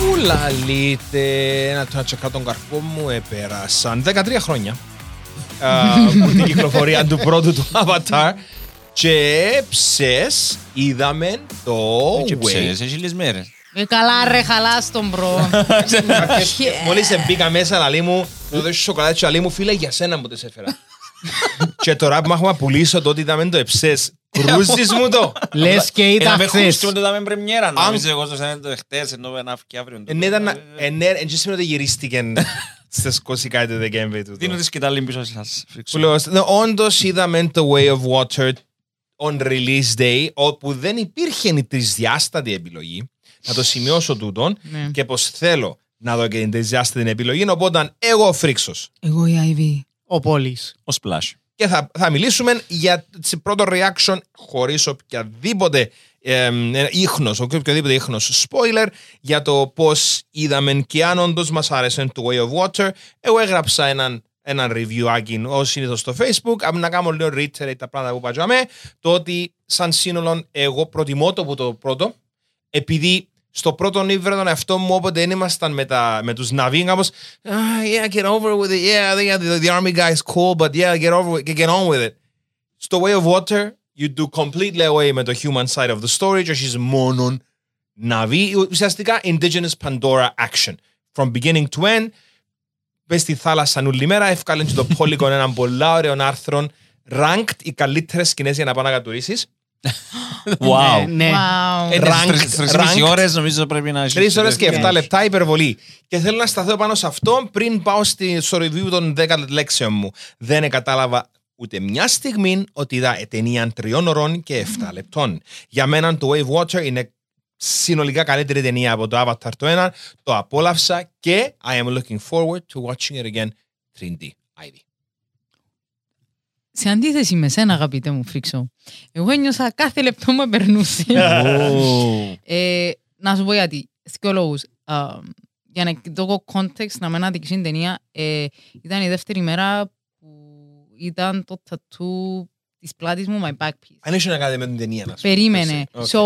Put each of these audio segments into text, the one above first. Μου λαλείτε να το τσεκά τον καρπό μου επέρασαν 13 χρόνια από την κυκλοφορία του πρώτου του Avatar και ψες είδαμε το Ε, Και Way. ξέρεις, έχεις λίγες μέρες. Ε, Καλά ρε, χαλάς τον μπρο. Κάποιες- Μόλις μπήκα μέσα λαλή μου, του δώσω σοκολάτα και λαλή μου φίλε για σένα μου τις έφερα. Και τώρα που μάχομαι να πουλήσω το ότι είδαμε το εψές, κρούζεις μου το. Λες και Ένα ήταν με χθες. χούστον το δάμε πρεμιέρα. Αν- Νομίζω εγώ στο σαν το χτες, ενώ ένα αυκή αύριο. Εν ναι, ήταν, εν ε- εν και σήμερα ότι γυρίστηκε στις 20 κάτι Δεκέμβρη του. Δίνω τη σκητάλη πίσω σας. Σου λέω, ναι, όντως είδαμε το Way of Water on release day, όπου δεν υπήρχε η τρισδιάστατη επιλογή. Να το σημειώσω τούτον Ναι. και πως θέλω να δω και την τρισδιάστατη επιλογή, οπότε εγώ ο Φρίξος. Εγώ η Ivy. Ο Πόλης. Ο Splash. Και θα, θα μιλήσουμε για τσι- πρώτο reaction χωρίς οποιαδήποτε εμ, ε, ίχνος, ο- οποιοδήποτε ίχνος spoiler για το πώς είδαμε και αν όντως μας άρεσε το Way of Water. Εγώ έγραψα έναν έναν review άκιν ως συνήθως στο facebook Απ' να κάνω λίγο reiterate τα πράγματα που πατζαμε το ότι σαν σύνολο εγώ προτιμώ το που το πρώτο επειδή στο πρώτο ήβρα τον εαυτό μου όποτε δεν ήμασταν με, τα, με τους Ναβί κάπως ah, yeah get over with it yeah, yeah the, the army guy is cool but yeah get over with, get on with it στο Way of Water you do completely away με το human side of the story και έχεις μόνον Ναβί ουσιαστικά indigenous Pandora action from beginning to end Πες στη θάλασσα νουλή μέρα, ευκάλεν και το Polygon έναν πολλά ωραίο άρθρο ranked οι καλύτερες σκηνές για να πάω να κατουρίσεις. Ε, Ναι, Wow. Ναι. Ε, Wow. Ranked, Τρεις ranked. ώρες νομίζω πρέπει να έχεις. Τρεις ώρες και 7 Ναι. λεπτά υπερβολή. Και θέλω να σταθώ πάνω σε αυτό πριν πάω στη, στο review των 10 λέξεων μου. Δεν κατάλαβα ούτε μια στιγμή ότι είδα ε, ταινία τριών ωρών και 7 λεπτών. Για μένα το Wave Watcher είναι συνολικά καλύτερη ταινία από το Avatar το 1. Το απόλαυσα και I am looking forward to watching it again 3D. Ivy. Σε αντίθεση με σένα, αγαπητέ μου Φρίξο, εγώ ένιωσα κάθε λεπτό μου περνούσε. Ε. Ω. Ε, να σου πω γιατί. Δύο λόγους. Α, για να δω context, να μην αδικήσει την ταινία, ε, ήταν η δεύτερη μέρα που ήταν το tattoo της πλάτης μου, my back piece. Αν έχεις να κάνεις με την ταινία, να σου πω. Περίμενε. Okay. So,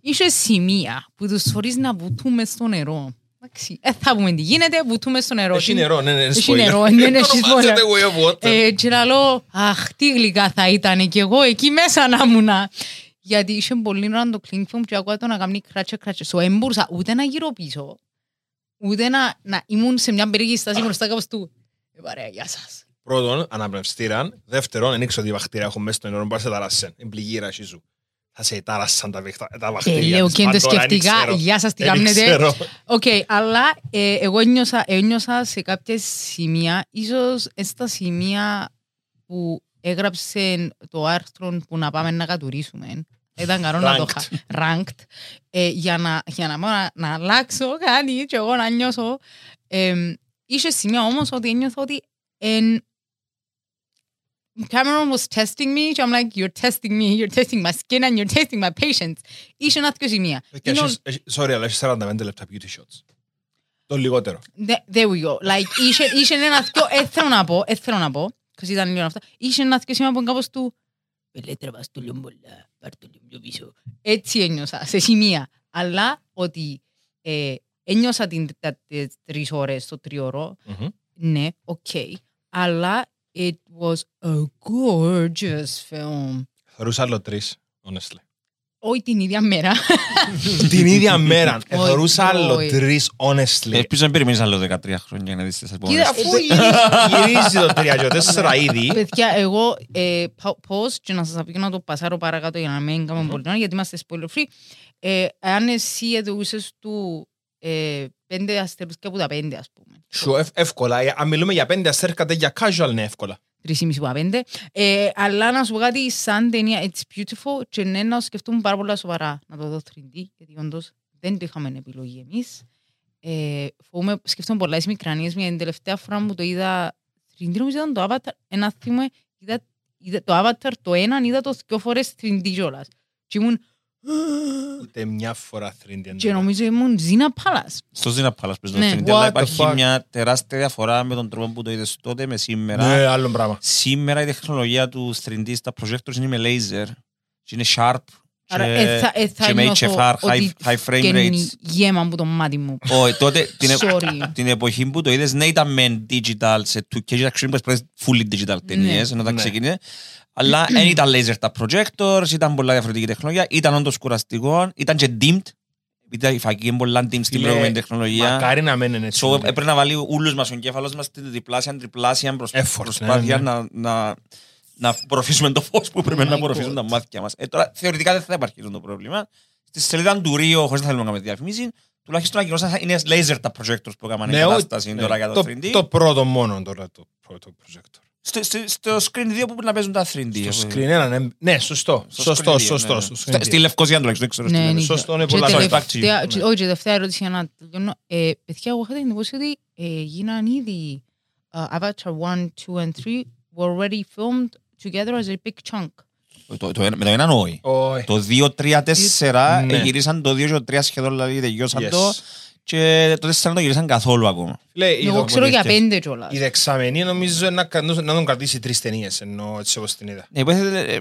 είχε σημεία που τους φορείς να βουτούμε στο νερό. Εντάξει, ε, θα πούμε τι γίνεται, βουτούμε στο νερό. Έχει νερό, ναι, ναι, ναι. Έχει spoiler. νερό, ναι, ναι, έχει Ονομάζεται Way of Water. Ε, και να λέω, αχ, τι γλυκά θα ήταν και εγώ εκεί μέσα να ήμουν. Γιατί είχε πολύ ώρα να το κλίνκφω και άκουγα το να κάνει κράτσε κράτσε. So, δεν μπορούσα ούτε να γύρω πίσω, ούτε να, να ήμουν σε μια περίεργη στάση μπροστά κάπως του. Ε, παρέα, γεια σας. Πρώτον, αναπνευστήραν. Δεύτερον, δεν ήξερα τι βακτήρια έχουν μέσα στο νερό. Μπορεί να σε ταράσσεν. Είναι πληγή η ρασί σου. Θα σε τάρασαν τα, βεχτα- τα Ε, βακτήρια. λέω της και εν το Pandora, δεν σκεφτικά, ξέρω. γεια σας, τι Δεν κάνετε. ξέρω. Οκ, αλλά ε, εγώ ένιωσα, ένιωσα σε κάποια σημεία, ίσως ε, στα σημεία που έγραψε το άρθρο που να πάμε να κατουρίσουμε. Ήταν καλό να το είχα. Ranked. Ε, για να, για να, πάω να, να αλλάξω κάτι και εγώ να νιώσω. Ε, είχε σημεία όμως ότι ένιωθα ότι εν, Cameron was testing me και I'm like, you're testing me, you're testing my skin and you're testing my patience. Είχε ένα δύο σημεία. Και Είναι ο- έχεις- έχεις- Sorry, αλλά έχεις 45 λεπτά beauty shots. Το λιγότερο. Δε- There we go. Like, είχε, είχε ένα δυο, ε, θέλω να πω, ε, θέλω να πω, because ήταν λίγο αυτά, είχε ένα δυο σήμα που είναι κάπως του «Πελέ τραβάς το λίγο πολλά, πάρ' το λίγο πιο πίσω». Έτσι ένιωσα, σε σημεία. Αλλά ότι ε, ένιωσα την, τα, τις τρεις ώρες, το τριώρο, Μμμ. ναι, οκ, αλλά it was a gorgeous film. Θεωρούσα άλλο τρεις, honestly. Όχι την ίδια μέρα. Την ίδια μέρα. ε, Όχι, Θεωρούσα άλλο όχι. τρεις, honestly. Ελπίζω να Ε, περιμένεις άλλο 13 χρόνια για να δεις τις επόμενες. Κοίτα, Αφού Ε, γυρίζει- γυρίζει το 3 και 4 ήδη. Παιδιά, εγώ ε, πώς και να σας απεικώ να το πασάρω παρακάτω για να μην κάνουμε πολύ νόημα, γιατί είμαστε spoiler free. Ε, αν εσύ εδωούσες του ε, πέντε αστερούσκια από τα πέντε, ας πούμε. Σου εύ- εύκολα. ε, Αν μιλούμε για πέντε αστέρκα, δεν για casual είναι εύκολα. Τρεις ή μισή από τα πέντε. Ε, αλλά να σου πω κάτι, σαν ταινία It's Beautiful και ναι, να σκεφτούμε πάρα πολλά σοβαρά να το δω 3D, γιατί όντως δεν το είχαμε επιλογή εμείς. Ε, φοβούμαι, σκεφτόμουν πολλά εις μικρανίες, μια την τελευταία φορά που το είδα 3D, νομίζω ήταν το Avatar, ένα θύμα, είδα, είδα, το Avatar το έναν, είδα το δυο φορές 3D κιόλας. Και ήμουν, Ούτε μια φορά 3D. εν και τω μεταξύ. νομίζω ήμουν Zina Palace. Στο Zina Palace πες το Ναι. Trinity, αλλά What the υπάρχει fuck. μια τεράστια διαφορά με τον τρόπο που το είδες τότε με σήμερα. Ναι, άλλο πράγμα. Σήμερα η τεχνολογία του 3D στα projectors είναι με laser. και Είναι sharp Άρα και- ε, θα- ε, θα και με νιώθω HFR, high- ότι high frame βγαίνει rates. γέμα από το μάτι μου. Όχι, τότε την, ε- Sorry. την εποχή που το είδες, ναι ήταν μεν digital σε 2K, ήταν ξύπνες πρέπει fully digital ταινίες, ενώ τα Ναι. ξεκίνησε. Αλλά δεν ήταν laser τα projectors, ήταν πολλά διαφορετική τεχνολογία, ήταν όντως κουραστικό, ήταν και dimmed, ήταν η φακή είναι πολλά dimmed στην Φίλε, προηγούμενη τεχνολογία. Μακάρι να μένουν έτσι. ναι. So, έπρεπε να βάλει όλους μας ο εγκέφαλος μας την διπλάσια, τριπλάσια προσ- Effort, προσπάθεια ναι, να, να, να απορροφήσουμε το φως που πρέπει my να απορροφήσουν God. τα μάτια μας. Ε, τώρα, θεωρητικά δεν θα υπάρχει αυτό το πρόβλημα. Στη σελίδα του Ρίο, χωρίς να θέλουμε να κάνουμε διαφημίση, τουλάχιστον ανακοινώσαν είναι laser τα projectors που έκαναν Ναι, η ο- κατάσταση ναι. τώρα για το 3D. Το πρώτο μόνο τώρα το πρώτο projector. Στο, στο, στο screen 2 που πρέπει να παίζουν τα 3D. Στο screen ένα, ναι, ναι, σωστό. ε, Στο Σωστό, screen 2, σωστό. ναι. στο Στα- screen 2. Στη Λευκοσία τουλάχιστον, δεν ξέρω. στη Ναι, Λευκοσία. είναι Σωστό, είναι Και πολλά. sorry, back to you. τελευταία- Ναι. και- Όχι, τελευταία ερώτηση για να τελειώνω. Ε, Παιδιά, εγώ είχα την εντύπωση ότι ε, γίναν ήδη ε, Avatar 1, 2 and 3 were already filmed together as a big chunk. Το- το ένα- Με το έναν όχι. Όχι. Το 2-3-4 Ναι. ε, γυρίσαν το 2 και το 3 σχεδόν, δηλαδή τελειώσαν Yes. το. Και το 4 δεν το γυρίσαν καθόλου ακόμα. Λέει, η Εγώ ξέρω για δοκιμαστική- πέντε κιόλας. Η δεξαμενή νομίζω να, κα- να τον κρατήσει τρεις ταινίες ενώ έτσι όπως την είδα. Ναι, υπόθεται, ε, ε,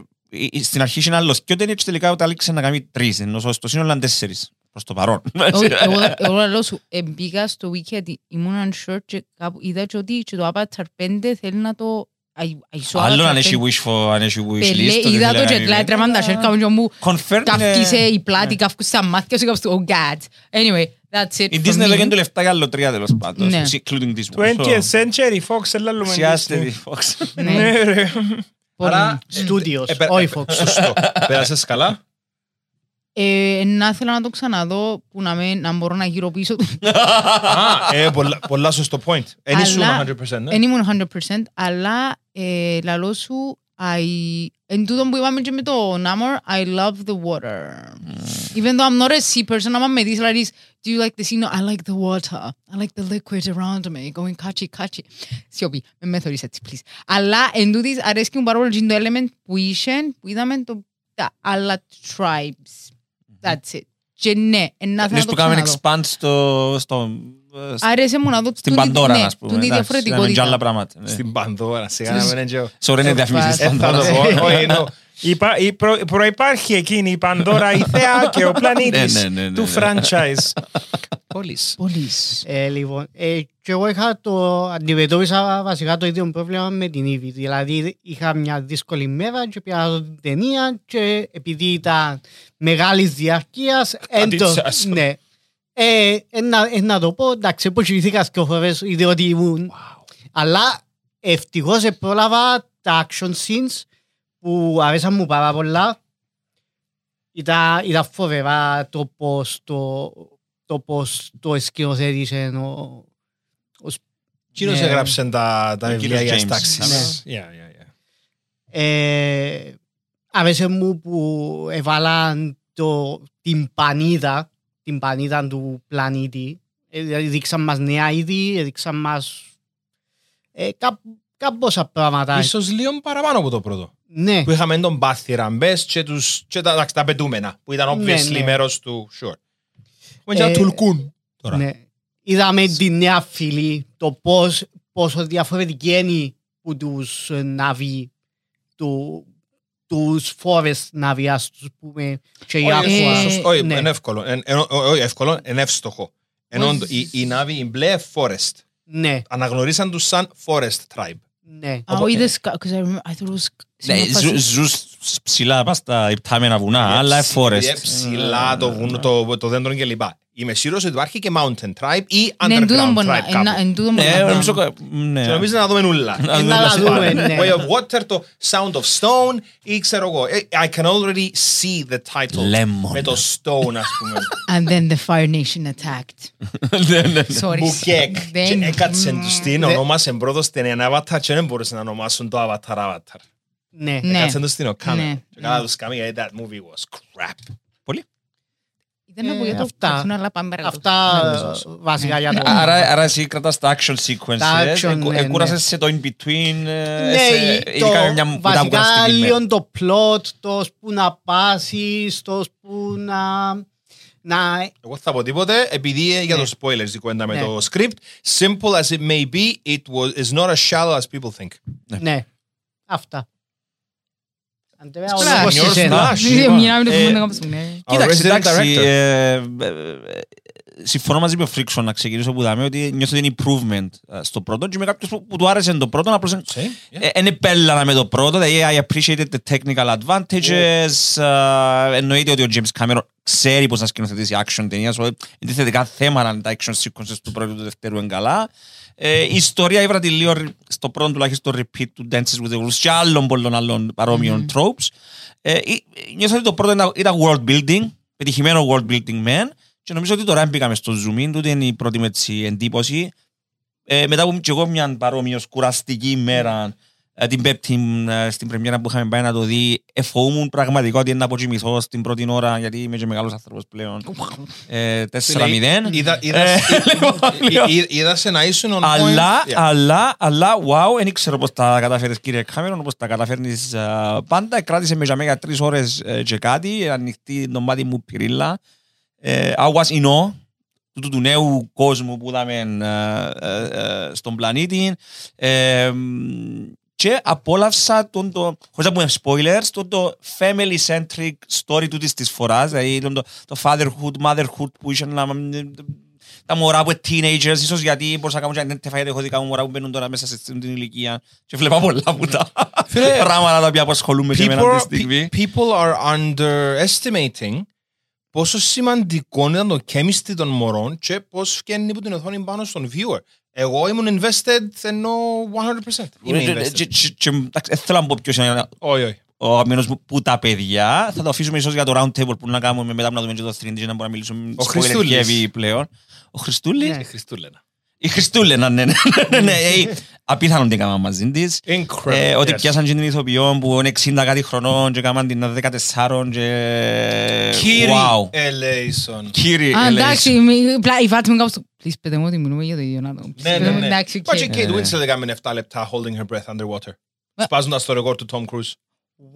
ε, στην αρχή είναι άλλο. Και όταν είναι τελικά όταν έλειξε να κάνει τρεις, ενώ στο σύνολο ήταν τέσσερις. Προς το παρόν. Όχι, εγώ- Εγώ λέω σου, ε, μπήκα στο wiki ήμουν unsure και κάπου είδα και ότι και το Avatar 5 θέλει να το... I- I saw Άλλο Avatar αν έχει 5. wish for, αν έχει wish Πελέ, list. Είδα το και λάτρεμαν τα σέρκα μου και μου Confirm καύκησε είναι... η πλάτη, καύκουσε τα μάτια σου καύκουσε το, oh god. Anyway, that's it Η for Disney me. λέγεται λεφτά για άλλο τρία τέλος πάντων. Ναι. Including this one. 20th century, Fox, έλα λέμε. Ουσιάστε Disney. τη Fox. Ναι. Ναι, ρε. Πολύ. Άρα, Studios, Ε, πε- όχι ε, Fox. Σωστό. Πέρασες καλά. Ε, να ήθελα να το ξαναδώ που να, με, να μπορώ να γύρω πίσω του. Α, ε, πολλά- Πολλά σωστό point. Εν ήσουν Αλλά- 100%. ναι. Δεν ήμουν 100% αλλά ε, λαλό σου I... Εν τούτον που είπαμε και με το Namor, I love the water. Mm. Even though I'm not a sea person, άμα με δεις, like, do you like the sea? No, I like the water. I like the liquid around me, going kachi kachi. Σιωπή, με μέθορεις έτσι, please. Αλλά εν τούτης αρέσκει μου πάρα πολύ και το element που είχε, που είδαμε το, τα άλλα tribes. That's it. Και ναι, να θέλω Λες Mm-hmm. που να το κάνουμε ξαναδώ. expand στο... στο- ε, Άρεσε μου να δω Στην τούτη- Παντόρα, ναι, ας πούμε. τούτη Εντάξει, να μην τζάλα διαφορετικότητα. πράγματα. ναι. Στην Πανδώρα, σιγά να Στις- μην έτσι. Sorry, είναι διαφημίσεις Ε, Ε, στην θα το Παντόρα. πω. Όχι, εννοώ. Υπά- η προ- Προϋπάρχει εκείνη η Πανδώρα, η θέα και ο Ναι, πλανήτης ναι, ναι, ναι, του ναι. franchise. Πόλης. Πολλής. Ε, λοιπόν, ε, και εγώ είχα το, αντιμετώπισα βασικά το ίδιο πρόβλημα με την Ήβη. Δηλαδή είχα μια δύσκολη μέρα και πήγα να δω την ταινία και επειδή ήταν μεγάλης διαρκείας. Αντίτσας. Ναι. Ε, ε, να, ε, να το πω, εντάξει, υποσχεθήκα και φορές διότι ήμουν. Αλλά ευτυχώς επρόλαβα τα action scenes που αρέσαν μου πάρα πολλά. Ήταν, ήταν φοβερά το πώς το, το, πώς το σκηνοθέτησε ο, ο Σ- Κύριος Ναι. έγραψε τα τα Ο βιβλία κύριος για Ναι, τις James. τάξεις. Yeah, yeah, yeah. Ε, άρεσε μου που έβαλαν το, την πανίδα, την πανίδα του πλανήτη. Ε, δηλαδή δείξαν μας νέα είδη, δείξαν μας ε, κά, κάμποσα πράγματα. Ίσως λίγο παραπάνω από το πρώτο. Ναι, Που είχαμε τον Μπάθι Ραμπές και, τους, και τα, τα πετούμενα, που ήταν Ναι, obviously ναι. μέρος του Sure. Έχουμε και τα Ε, Τουλκούν τώρα. ναι. Είδαμε τη νέα φυλή, το πώς, πόσο διαφορετική είναι που τους ε, ναβί, του, τους φόρες ναβιάς, τους πούμε, και η Όχι, ε, άκουα. σωστό, σωστό. Όχι, ναι. είναι εύκολο. Εν- ενώ- ό- Όχι, εύκολο, είναι εύστοχο. Ενώ Όχι. όντω, η, η Ναβη, η μπλε Forest, Ναι, αναγνωρίσαν τους σαν Forest Tribe. ναι. Α, Οπο- ο είδες κα- because I remember- I thought it was- Ναι, σε μια φάση- ζου- ζους ψηλά πας στα υπτάμενα βουνά, αλλά Είναι forest. ψηλά το, βουνό, το, το δέντρο και λοιπά. Είμαι σίγουρος ότι υπάρχει και Mountain Tribe ή Ναι, εν τούτον Underground μπορεί να- Tribe κάπου. εν- εν τούτον μπορεί Ναι, να νομίζω... κάνω. κα- ναι. Και νομίζω να δούμε νουλά. Να δούμε τα δούμε, ναι. Way of Water, το Sound of Stone ή ξέρω εγώ. Ε, I can already see the title. Lemon. Με το Stone, ας πούμε. And then the Fire Nation attacked. Ναι, ναι. Sorry. Mm. Μπουκέκ. Δεν- Και έκατσε τους την, Δε- ονόμασε πρώτος την ένα avatar και δεν μπορούσε να ονομάσουν το avatar avatar. Ναι. Ναι. Έκατσε τους την ο Ναι. Κάναν. Και καλά τους καμία, γιατί that movie was crap. Πολύ. Δεν Ε, έχω για το αυτά. Κοτσίνο, αλλά πάμε παρακάτω. Αυτά Να μιλήσω. ε, βασικά για το... Άρα, άρα εσύ κρατάς τα action Τα sequences, ε, action, εκου- ναι, εκούρασες ναι. σε το in-between, ε, Ναι, σε- το- ειδικά με μια που ναι. ήταν βασικά κουραστική μέρα. λίγο το plot, το που να πάσεις, το που να... να Εγώ θα πω τίποτε, επειδή ε, για το spoilers η κουβέντα με Ναι. το script. Simple as it may be, it was, is not as shallow as people think. ναι, αυτά. Αν δεν Splash. όπως σε Senior σένα. Splash. Μην- μην άμεινε Ε, που να κάψουμε, ναι. Κοίταξε, resident εντάξει. director. ε, ε, ε, Συμφωνώ μαζί με ο Φρίξον να ξεκινήσω που δάμε ότι νιώθω την improvement ε, στο πρώτο και με κάποιους που, που του άρεσε το πρώτο απλώς εν- Same, yeah. ε, εν επέλανα με το πρώτο δηλαδή I appreciated the technical advantages ε, εννοείται ότι ο James Cameron ξέρει πως να σκηνοθετήσει action ταινία so, είναι θετικά θέματα αν τα action sequences του πρώτου και του δευτέρου είναι καλά ε, η ιστορία ήβρα τη λίγο ρι- στο πρώτο τουλάχιστον repeat του Dances with the Wolves και άλλων πολλών άλλων παρόμοιων tropes. Ε, ή- νιώθω ότι το πρώτο ήταν- ήταν world building, πετυχημένο world building man και νομίζω ότι τώρα μπήκαμε στο zoom in, τούτη είναι η πρώτη μου έτσι εντύπωση. Ε, μετά από και εγώ μια παρόμοια κουραστική Ναι. ημέρα ε, την πέπτη ε, στην πρεμιέρα που είχαμε πάει να το δει εφοούμουν πραγματικά ότι είναι να αποκοιμηθώ στην πρώτη ώρα γιατί είμαι και μεγάλος άνθρωπος πλέον ε, 4-0 Είδα- είδας- Ε, λοιπόν, Ή- ή- Είδα σε να ήσουν on αλλά, point. Yeah. αλλά, αλλά, wow, δεν ήξερα πώς τα καταφέρεις κύριε Κάμερον, πώς τα καταφέρνεις ε, πάντα. Κράτησε με για μένα τρεις ώρες ε, και κάτι, ανοιχτή το μάτι μου πυρίλα. Ε, I was in awe του, του νέου κόσμου που είδαμε ε, ε, ε, στον πλανήτη. Ε, μ, και απόλαυσα τον το, χωρίς να πούμε spoilers, τον το family-centric story τούτης της φοράς, δηλαδή τον το, το fatherhood, motherhood που είχε να, τα μωρά που είναι teenagers, ίσως γιατί μπορούσα να κάνω και identify, έχω δικά μου μωρά που μπαίνουν τώρα μέσα σε αυτήν την ηλικία και βλέπα πολλά που τα Φίλε, πράγματα τα οποία απασχολούν και εμένα αυτή people, τη στιγμή. pe- people are underestimating πόσο σημαντικό ήταν το chemistry των μωρών και πώς βγαίνει από την οθόνη πάνω στον viewer. Εγώ ήμουν invested ενώ 100%. Είμαι Και- invested. και- και- και- εντάξει, δεν Θέλω να πω ποιος είναι Όχι, όχι. ο αγαπημένος μου που τα παιδιά. Θα το αφήσουμε ίσως για το round table που να κάνουμε μετά που να δούμε και το 3D και να μπορούμε να μιλήσουμε Ο spoiler Χριστούλης. heavy πλέον. Ο Χριστούλης. Ναι. Χριστούλενα. Η Χριστούλενα, ναι, ναι, ναι, ναι, ε, απίθανον την έκαναν μαζί της. Incredible. Ε, Ότι Yes. πιάσαν και την ηθοποιό που είναι 60 κάτι χρονών και έκαναν την 14 και... Κύριε Wow. Ελέησον. Κύριε, Α, ελέης. εντάξει, μη- πλά- η Βάτ μου κάπως το- Please, πέτε μου ότι μιλούμε για το ίδιο άτομο. Ναι, Πέτε ναι, μου, ναι. εντάξει, οκ. Μα και η Kate Ναι. Winslet έκαμε 7 λεπτά holding her breath underwater. Ε. Μα- Σπάζοντας το ρεκόρ του Tom Cruise.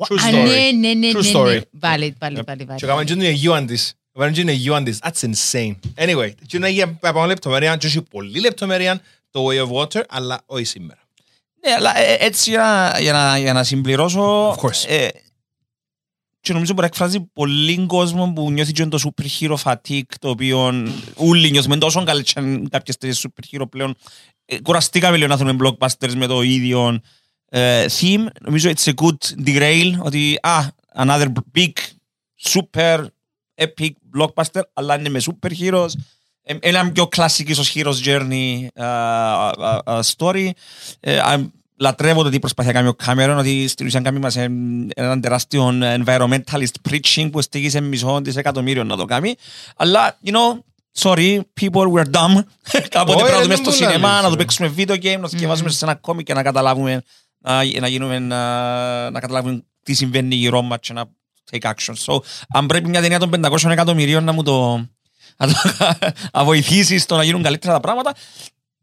True Α, story. ναι, ναι, ναι, True ναι, story. ναι. Βάλε, βάλε, βάλε, βάλε. Ναι, Και έκαμε και την Αιγύουαν της. Έκαμε και την Αιγύουαν της. That's insane. Anyway, και είναι για πάνω λεπτομέρεια και έχει πολλή λεπτομέρεια το Way of Water, αλλά όχι σήμερα. Ναι, αλλά ε, έτσι για να, για να, για να συμπληρώσω. Of course. Ε, και νομίζω μπορεί να εκφράζει πολύ κόσμο που νιώθει και το super hero fatigue, το οποίο όλοι νιώθουμε τόσο καλή και αν κάποιες τέτοιες super hero πλέον. Ε, κουραστήκαμε λίγο να θέλουμε blockbusters με το ίδιο ε, theme. Νομίζω it's a good derail, ότι α, another big, super, epic blockbuster, αλλά είναι με super heroes. Ε, Ένα πιο κλασικό ίσως hero's journey ε, ε, ε, story. Ε, α, λατρεύω το τι προσπαθεί να κάνει ο Κάμερον, ότι στην ουσία κάνει μας ε, έναν τεράστιο environmentalist preaching που στήγει σε μισό δισεκατομμύριο να το κάνει. Αλλά, you know, sorry, people, we're dumb. Κάποτε Όχι, πρέπει ρε, να δούμε ε, δεν στο μου σινεμά, λάλλεις, να ρε. το παίξουμε video game, να σκευάσουμε σε ένα κόμι και να καταλάβουμε, να, να γίνουμε, να, να καταλάβουμε τι συμβαίνει γύρω μας και να take action. So, αν πρέπει μια ταινία των 500 εκατομμυρίων να μου το... να το- να βοηθήσει στο να γίνουν καλύτερα τα πράγματα,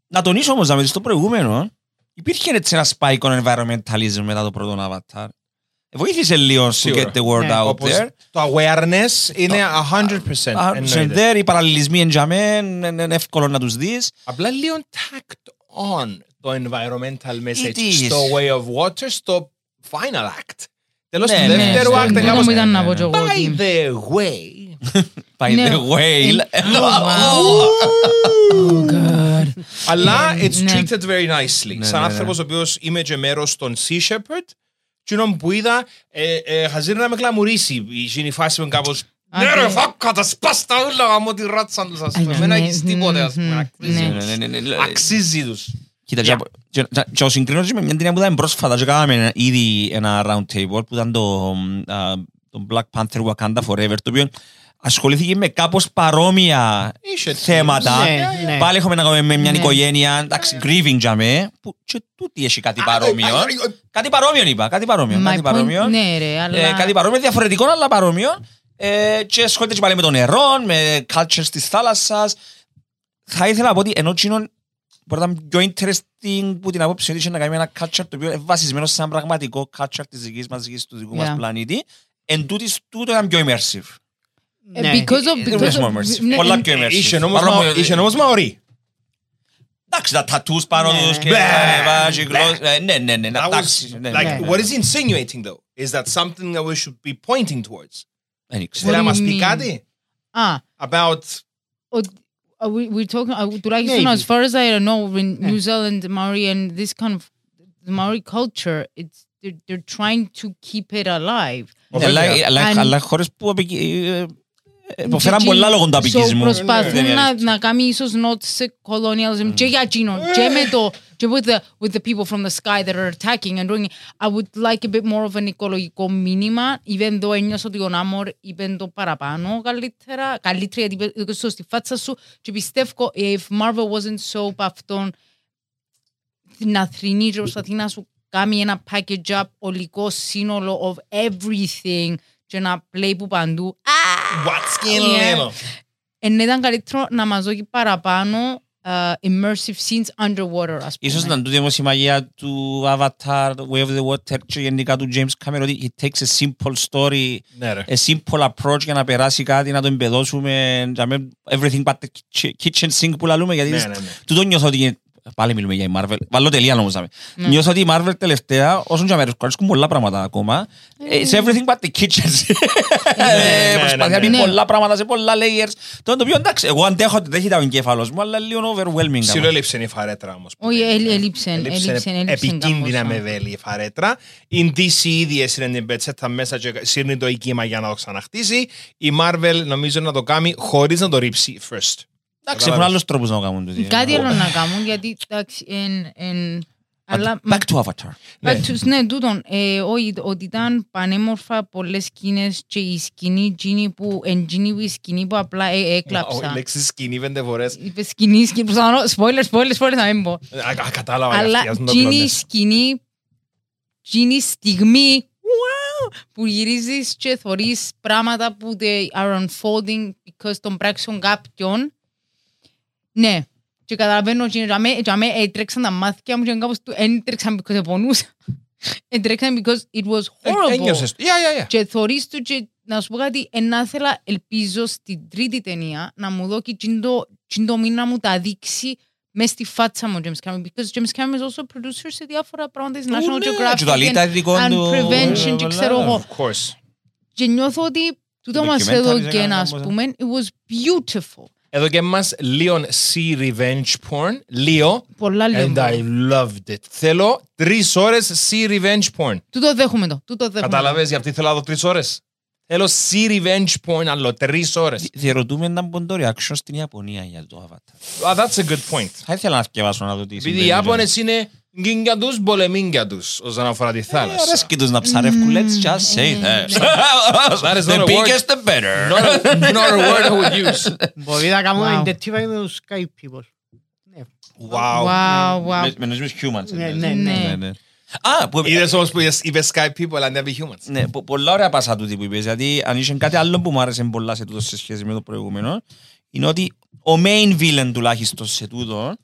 να τονίσω όμως να στο προηγούμενο, υπήρχε έτσι ένα spike on environmentalism μετά το πρώτο Avatar. Ε, Βοήθησε λίγο to Σίγουρα. get the word Ναι, out Όπως there. Το awareness είναι 100%. Α, σε εννοείται. there, οι παραλληλισμοί εν τζαμέ, είναι είναι εύκολο να τους δεις. Απλά λίγο tacked on το environmental message is. στο way of water, στο final act. Τέλος του Ναι, ναι, δεύτερου ναι, act. είναι ναι, Μόνο κάπως, μου ήταν να ναι, πω κι εγώ ότι- By the way. By Ναι. the way. Ε, wow. Oh, God. Αλλά it's ναι. treated very nicely. ναι, Σαν ναι. άνθρωπος ο οποίος είμαι και μέρος των Sea Shepherd, κοινων που είδα, ε, ε, χαζίρε να με κλαμουρίσει. Είχε η φάση μου κάπως Άντε. ναι ρε φάκα, τα σπάστα όλα γαμώ τη ράτσα τους ας πούμε. Άρα, Δεν ναι, έχεις τίποτε μμμ, ας πούμε. μμμ, αξίζει. ναι. Ναι, ναι, ναι, ναι. Αξίζει τους. Κοίτα, και απο- και- και- και ο συγκρίνος με μια ταινία που ήταν πρόσφατα και κάναμε ένα- ήδη ένα round table που ήταν το, μ, α, το Black Panther Wakanda Forever, το οποίο ασχολήθηκε με κάπως παρόμοια Είχε θέματα. Ναι, ναι. Πάλι έχουμε να κάνουμε με μια Ναι. οικογένεια, εντάξει, grieving για με, που και τούτη έχει κάτι παρόμοιο. Κάτι παρόμοιο είπα, κάτι παρόμοιο. My Κάτι point- παρόμοιο. Ναι, ρε, Ε, αλλά... κάτι παρόμοιο, διαφορετικό αλλά παρόμοιο. Ε, και ασχολείται και πάλι με το νερό, με cultures της θάλασσας. Θα ήθελα να πω ότι ενώ τσίνον μπορεί να ήταν πιο interesting που την απόψη ότι είχε να κάνει ένα culture το οποίο είναι βασισμένο σε ένα πραγματικό culture της δικής μας γης, του δικού μας Yeah. πλανήτη. Εν τούτης τούτο ήταν πιο immersive. Ε, Ναι. eh, Because of... Ήταν because πιο of- immersive. ναι, Πολλά ε, πιο immersive. Είχε όμως Παρόμοιο- μα- είχε όμως μαωρί. Εντάξει, τα tattoos πάνω Ναι, τους ναι. και Μπλε. τα ανεβά και γλώσσα. Ε, Ναι, ναι, ναι. That was, Εντάξει. ναι, ναι, like, ναι. what is insinuating though is that something that we should be pointing towards. Δεν ήξερα. Θέλει να do μας you πει mean? κάτι Α, about ότι- uh, we- we're talking, uh, τουλάχιστον Maybe. as far as I know, in New Zealand, Maori and this kind of the Maori culture, it's they're, they're trying to keep it alive. Ναι, αλλά- Βέβαια. αλλά- Αν- Αλλά χώρες που απικι- ε, ε, υποφέραν Και- πολλά λόγω του so απικισμού. προσπαθούν Ναι, ναι, να, ναι. να κάνει ίσως not σε colonialism Mm. και για εκείνον Ε. και με το και with the, with the people from the sky that are attacking and doing it. I would like a bit more of an οικολογικό μήνυμα even though ένιωσα ότι ο Νάμορ είπε το παραπάνω καλύτερα καλύτερα γιατί είπε το στη φάτσα σου και πιστεύω if Marvel wasn't so αυτόν να θρυνεί και προσπαθεί να σου κάνει ένα package up ολικό σύνολο of everything και να play που παντού what's in Yeah. Leno. Εν Ε, ναι, ήταν καλύτερο να μας δώσει παραπάνω uh, immersive scenes underwater, ας πούμε. Ίσως ήταν τούτη όμως η μαγεία του Avatar, Way of the Water και γενικά του James Cameron ότι he takes a simple story, Ναι, ρε. a simple approach για να περάσει κάτι, να το εμπεδώσουμε, να μην- everything but the kitchen- kitchen sink που λαλούμε, γιατί Ναι, ναι, ναι. τούτο νιώθω ότι είναι- πάλι μιλούμε για η Marvel, βάλω τελεία όμως. δάμε. Ναι. Νιώθω ότι η Marvel τελευταία, όσον και αμερικούς, αρέσκουν πολλά πράγματα ακόμα, Ε, it's everything but the kitchen. Ε, Προσπαθεί να πει ναι. πολλά πράγματα σε πολλά layers. Τώρα το οποίο εντάξει, εγώ αντέχω, αντέχει τα ο εγκέφαλος μου, αλλά λίγο overwhelming. κάπως. Ψιλοέλειψε η φαρέτρα όμως. Ναι, Όχι, έλ- έλειψεν, Έλειψε έλειψεν, έλειψεν Επικίνδυνα κάπως, με ναι. βέλη η φαρέτρα. Η DC ήδη έσυρε την πετσέτα μέσα και σύρνει το οικείμα για να το ξαναχτίσει. Η Marvel νομίζω να το κάνει χωρίς να το ρίψει first. Εντάξει, έχουν άλλους τρόπους να το κάνουν. τούτοι. Κάτι άλλο να κάνουν, γιατί εντάξει, εν, εν, αλλά... Back to Avatar. Back to- Ναι, τούτον, ε, όχι, ότι ήταν πανέμορφα πολλές σκηνές και η σκηνή εκείνη που, εν εκείνη που η σκηνή που απλά ε, Wow, Η έκλαψα. λέξη σκηνή πέντε φορές. Είπε σκηνή, σκηνή, προσπαθώ, spoiler, spoiler, spoiler, να μην πω. Α, α, Κατάλαβα Αλλά για αυτήν εκείνη η σκηνή, εκείνη η στιγμή wow, που γυρίζεις και θωρείς πράγματα που they are unfolding because των πράξεων κάποιων. Ναι, και καταλαβαίνω ότι για μέ- για μέ έτρεξαν τα μάτια μου και κάπως του έτρεξαν because επονούσα. Έτρεξαν because it was horrible. Ε, Ένιωσες. Yeah, yeah, yeah. Και θωρείς του και να σου πω κάτι, ενά θέλα, ελπίζω στην τρίτη ταινία να μου δω και τζιν το- τζιν το μήνα μου τα δείξει μες στη φάτσα μου ο James Cameron, because James Cameron is also a producer σε διάφορα πράγματα της Ου, National ναι, και Geographic το αλήτα and- είναι δικό and του. prevention και Ε, ξέρω ε, εγώ. Of course. Και νιώθω ότι τούτο Το μας documentary εδώ έκανα και ένα, να ας μπορούσα. πούμε, it was beautiful. Εδώ και μας Leon C. Revenge Porn. Leo. Πολλά And I λίγο. loved it. Θέλω τρεις ώρες C. Revenge Porn. Τούτο δέχομαι το, τούτο δέχομαι. Κατάλαβες γιατί θέλω να δω τρεις ώρες. Θέλω C. Revenge Porn άλλο τρεις ώρες. Δι- Διερωτούμε να μπουν το reaction στην Ιαπωνία για το Avatar. Ah, that's a good point. Θα ήθελα να σκευάσω να δω τι Επειδή οι Ιάπωνες είναι γκίνγκια τους, πολεμίνγκια τους όσον αφορά τη θάλασσα. Ε, Αρέσκει τους να ψαρεύκουν. Let's just say that. That is not a The word. biggest the better. Not a- not a word I would use. Μπορεί να κάνουμε Wow. identify με τους Skype people. Wow. Wow, wow. Με- Με νοσμούς humans. Ναι, εντάξει. ναι, ναι. ναι. Α, που... Είδες όμως που είδες- είπες Skype people and never humans. Ναι, πο- πολλά ωραία πάσα τούτη που είπες, γιατί αν είχε κάτι άλλο που μου άρεσε πολλά σε τούτο σε σχέση με το προηγούμενο, είναι ότι ο main villain τουλάχιστον σε τούτο,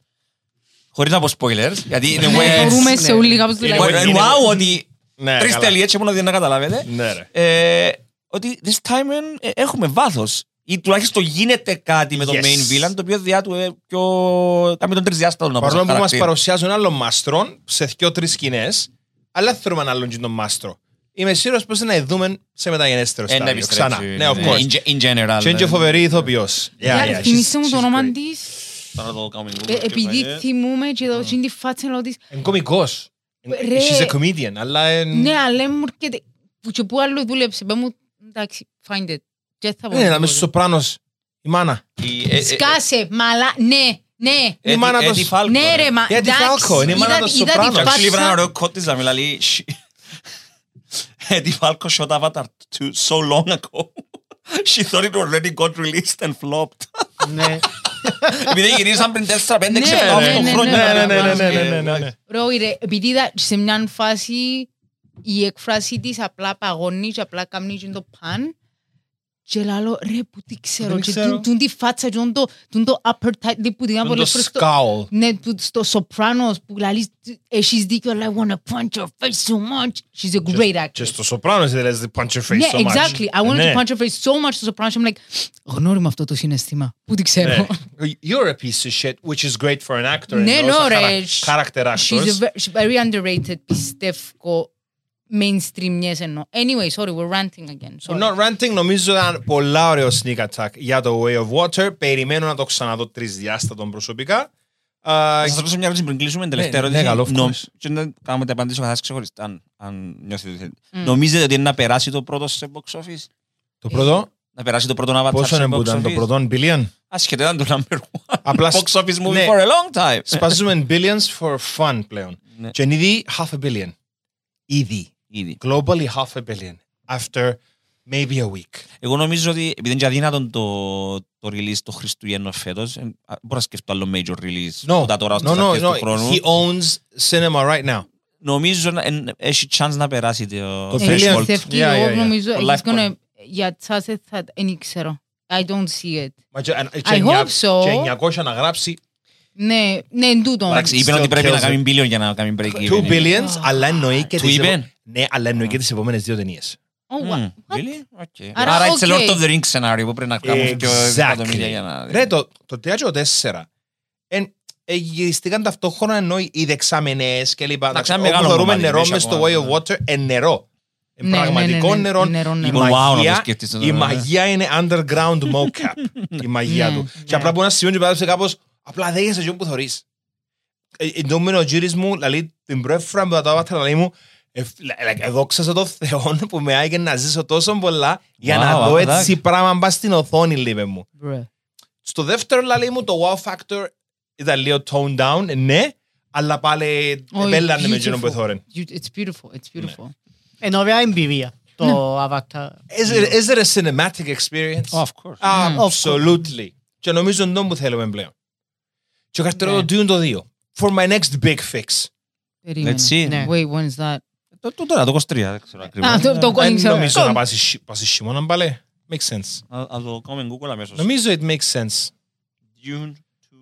χωρίς να πω spoilers, γιατί είναι Ναι, way... Μπορούμε Μπορεί- σε όλοι κάπως Είναι δηλαδή. way- Wow, ότι Ναι, τρεις καλά. τελείες και μόνο δύο να καταλάβετε. Ναι, ρε. Ε, Ότι this time ε, έχουμε βάθος. Ή τουλάχιστον γίνεται κάτι με το Yes. main villain, το οποίο διά του ε, πιο... Κάμε τον τρισδιάστατο να πω Παρόλο σαν που μας χαρακτήρα. παρουσιάζουν άλλο μάστρο σε δυο-τρεις σκηνές, αλλά δεν θέλουμε να άλλον και τον μάστρο. Είμαι σίγουρος πως να δούμε σε μεταγενέστερο Ε, να στάδιο. Ξανά. επιστρέψει, Ναι, of ναι. course. In ge- In general. Και είναι και ε, φοβερή ηθοποιός. Yeah, Για- yeah, Θυμήστε she's- μου το she's όνομα great. της, τώρα το κάνουμε ε, Google και πάει, επειδή ε. θυμούμαι και εδώ είναι τη φάτσα λέω της, Είναι κωμικός. Ρε. She's a comedian, αλλά... ε, Ναι, αλλά μου έρχεται. Που και που άλλο δούλεψε. Πε μου, εντάξει, find it. Και θα πω. Ναι, να μέσα στο πράνος. Η μάνα. Η- ε, ε, ε, Σκάσε, μαλά, ναι, ναι. Ε, Eddie- μάνα Eddie τους- Falco, Ναι, ρε, μα. Ε, τη εντάξει, Φάλκο, είναι η μάνα είδα- των είδα τη Σοπράνο. Εντάξει, φάτσα- λίβρα ένα ωραίο κότης να μιλάει. Eddie Falco shot Avatar 2 so long ago. She thought it already got released and flopped. Ναι. Επειδή γυρίσαν πριν 4, 5, 6, 7, Ναι, 8 ναι, χρόνια. ναι, ναι, ναι, ναι, Ε, ναι, ναι, ναι. Ρε, όχι, ρε, επειδή είδα σε μια φάση η έκφραση της απλά παγώνει και απλά κάνει και το παν Και λαλώ, ρε, που τι ξέρω. Δεν Και ξέρω. τούν- τούν τη φάτσα, και τούν το- τούν το upper tight lip που δεινά Το πολλές φορές στο- σκάουλ. ναι, που- στο Sopranos που λαλείς, έχεις δίκιο, αλλά I wanna punch your face so much. She's a great actress. Και στο Sopranos δεν λες punch your face Yeah, so much. exactly. I wanted Ναι. to punch her face so much στο Sopranos. I'm like, γνώριμα αυτό το συναισθήμα. Πού τη ξέρω. Ναι. You're a piece of shit, which is great for an actor. Ναι, ενώ ναι, σαν ρε. χαρα- Character She's a actors. ve- she's very underrated, πιστεύω, mainstream, yes and no. Anyway, sorry, we're ranting again. We're Sorry. not ranting, νομίζω ήταν πολλά ωραίο sneak attack για το Way of Water. Περιμένω να το ξαναδώ τρισδιάστατον προσωπικά. Α, Θα σας ρωτήσω μια ερώτηση πριν κλείσουμε, τελευταία Ναι, ερώτηση. ναι, καλό, of Νο- course. Και να κάνουμε τα απαντήσω καθάς ξεχωριστά, αν- αν νιώθετε. ότι θέλετε. Mm. Νομίζετε ότι είναι να περάσει το πρώτο σε box office? το πρώτο, Να περάσει το πρώτο Avatar πόσο σε είναι που box ήταν το office? πρώτο, billion. Άσχετα, ήταν το number one Απλά box office movie ναι. for a long time. Σπαζούμε billions for fun πλέον. Ναι. Και είναι ήδη half a billion. Ήδη. Ε, Ήδη. Globally half a billion. After maybe a week. Εγώ νομίζω ότι επειδή είναι και αδύνατον το, το release το Χριστουγέννο φέτος, ε, α, μπορώ να σκεφτώ άλλο major release No, τα τώρα no, στις no, αρχές no. του χρόνου. He owns cinema right now. Νομίζω να- εν- έχει chance να περάσει το Το Ε, Brilliant. threshold. πιστεύω, Yeah, yeah, yeah. εγώ νομίζω, Το it's life gonna- για τσάς δεν θα, δεν ξέρω. I don't see it. Μα και- και I εννιά- hope so. Και 900 να γράψει Ναι, ναι, εν τούτον. Εντάξει, είπε Still ότι πρέπει να kills κάνει billion για να κάνει break 2 even. billions, αλλά εννοεί και Του τις είπε? επο- Ναι, αλλά εννοεί και τις επόμενες δύο ταινίες. Oh, Mm, what? What? really? Okay. Άρα, Άρα it's a okay. Lord of the Rings scenario που πρέπει να κάνουμε πιο εκατομμύρια για να... Ρε, το, το 3 και το 4 εν, ε, γυριστήκαν ταυτόχρονα ενώ οι δεξαμενές και λοιπά. Εντάξει, Εντάξει, ένα μεγάλο Όπου θεωρούμε κομμάτι, νερό μέσα μες στο ακόμα, Way of ναι. Water, εν νερό. Εν Ναι, ναι, ναι, πραγματικό ναι, νερό. νερό, Η νερό. Λοιπόν, wow, να το μαγεία- σκέφτεσαι Η τώρα, ναι. μαγεία είναι underground mocap. Η μαγεία Ναι, του. ναι. Και απλά μπορεί να σημαίνει ότι πέρασε κάπως, απλά δεν είσαι που θωρείς. Ε, Εν τω μείνω ο γύρις μου, λαλεί, την πρώτη φορά που τα βάθρα λέει μου, ε, like, ε, δόξα το Θεό που με άγγε να ζήσω τόσο πολλά για Wow, να δω άκου, έτσι πράγμα μπας στην οθόνη, λίβε μου. Bruh. Στο δεύτερο λαλή μου το wow factor ήταν λίγο toned down, ναι, αλλά πάλι Oh, επέλανε με εκείνο beautiful. που εθώρεν. You- It's beautiful, Ναι. it's beautiful. Ενώ βέβαια εμπειρία το Avatar. Is there, is there a cinematic experience? Oh, Of course. Ναι. Absolutely. Και νομίζω είναι που θέλουμε πλέον. Και ο καρτερό Ναι. το τούτο το δύο. For my next big fix. Περίμενε. Let's see. Ναι. Wait, when is that? Ε, Το- Το τώρα, το 23, δεν ξέρω Α, ακριβώς. Ε, το- το Δεν δεν ξέρω. νομίζω να πάσει σι- πάσει χειμώνα μπαλέ. Makes sense. Α ας το κάνουμε Google αμέσως. Νομίζω it makes sense. Dune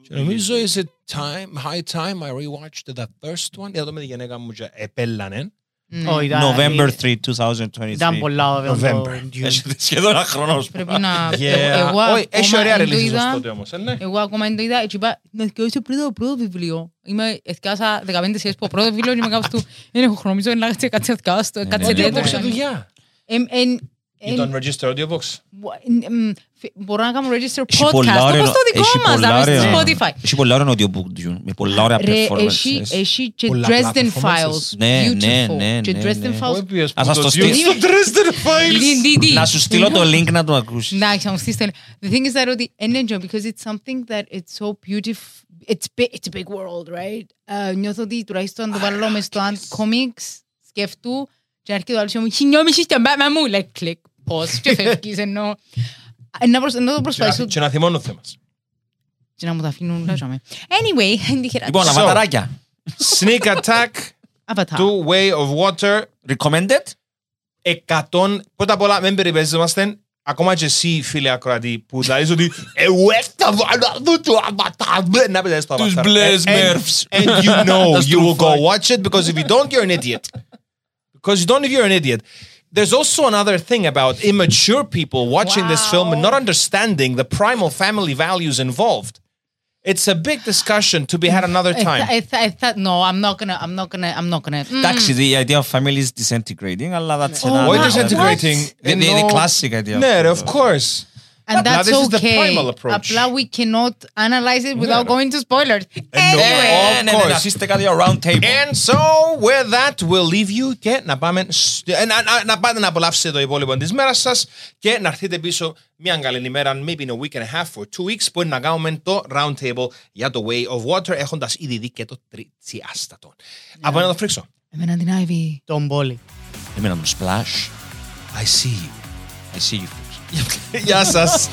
Και 2. Νομίζω is it time, high time I rewatched the first one. Είδα το με τη γυναίκα μου και επέλανε. Ναι. Ω, ήταν- November 3, 2023. Ήταν πολλά ωραία. το November. Dune. Έχετε σχεδόν ένα χρόνο. Πρέπει να... Ε, Yeah. Εγώ- εγώ Όχι, ε, Έχει ακόμα ωραία εν το ρελίσεις ως είδα- τότε όμως. ε, ναι. Εγώ ακόμα δεν το είδα και είπα να θυκαιώσω πριν το πρώτο βιβλίο. Είμαι εθιάσα 15 σειρές που το πρώτο βιβλίο και είμαι κάπως του δεν έχω χρόνο, μισό να κάτσε κάτσε εθιάσω το, κάτσε ναι, Audiobooks τέτοιο. σε δουλειά. Εμ, εν- εν- Ήταν register audiobooks. εν- εμ, φι- Μπορώ να κάνω register Έχει podcast, πολλά ωραία- όπως το έχει δικό μας, πολλά να μες στο ωραία- Spotify. Έχει πολλά ωραία audiobook Dune, με πολλά ωραία Ρε, performances. έχει, έχει και Πολλά απλά Dresden performances. Files. Ναι, ναι, Beautiful. ναι, Και ναι, Dresden ναι. Files. Όποιος Ας που σας το το δει στείλω. στο Dresden Files. DDD. Να σου στείλω το link να το ακούσεις. Να, θα μου στείλεις το- The thing is that ότι είναι enjoy because it's something that it's so beautiful. It's, big, it's a big world, right? Uh, Ε, νιώθω ότι τουλάχιστον το βάλω μες στο Ant Comics, σκεφτού και αρχίζει το άλλο και μου «Χινιόμιση και μπάμα μου!» Like, click, pause και φεύγεις ενώ... Ε, Να, προσ- να το Και να- προσπαθήσω Και να θυμώνω θέμας. και να μου τα αφήνουν όλα τζάμε. Anyway, εν τυχερά. Λοιπόν, So- αβαταράκια. Sneak attack Avatar. του Way of Water. Recommended. 100. Πρώτα απ' όλα, μην περιπέζομαστε. Ακόμα και εσύ, φίλε ακροατή, που θα λες ότι «Εγώ έφτα βάλω αυτό το Avatar». Να πετάσεις το Avatar. Τους μπλες And- Smurfs. And you know That's you too will go far. watch it because if you don't, you're an idiot. Because you don't, if you're an idiot. There's also another thing about immature people watching this film and not understanding the primal family values involved. It's a big discussion to be had another I time. thought- I thought- I thought- No, I'm not gonna, I'm not gonna, I'm not gonna. Mm. Εντάξει, the idea of family is disintegrating, αλλά that's another... Όχι What? disintegrating. The, the, the ενώ- classic idea. Ναι, ρε, of course. And Now, that's this is the okay. primal approach. Απλά we cannot analyze it without no. going to spoilers. Eh, no, Anyway. of Ναι, ναι, ναι, course. να αφήσετε κάτι round table. And so, with that, we'll leave you και να πάμε σ- ε, να, να, να πάτε να απολαύσετε το υπόλοιπο της μέρας σας και να έρθετε πίσω μια καλή ημέρα, maybe in a week and a half or two weeks, που είναι να κάνουμε το round table για το Way of Water, έχοντας ήδη δει και το τριτσιάστατο. Από να το φρίξω. Εμένα την Ivy. Τον Πόλη. Εμένα μου splash. I see you. I see you. Γεια σας.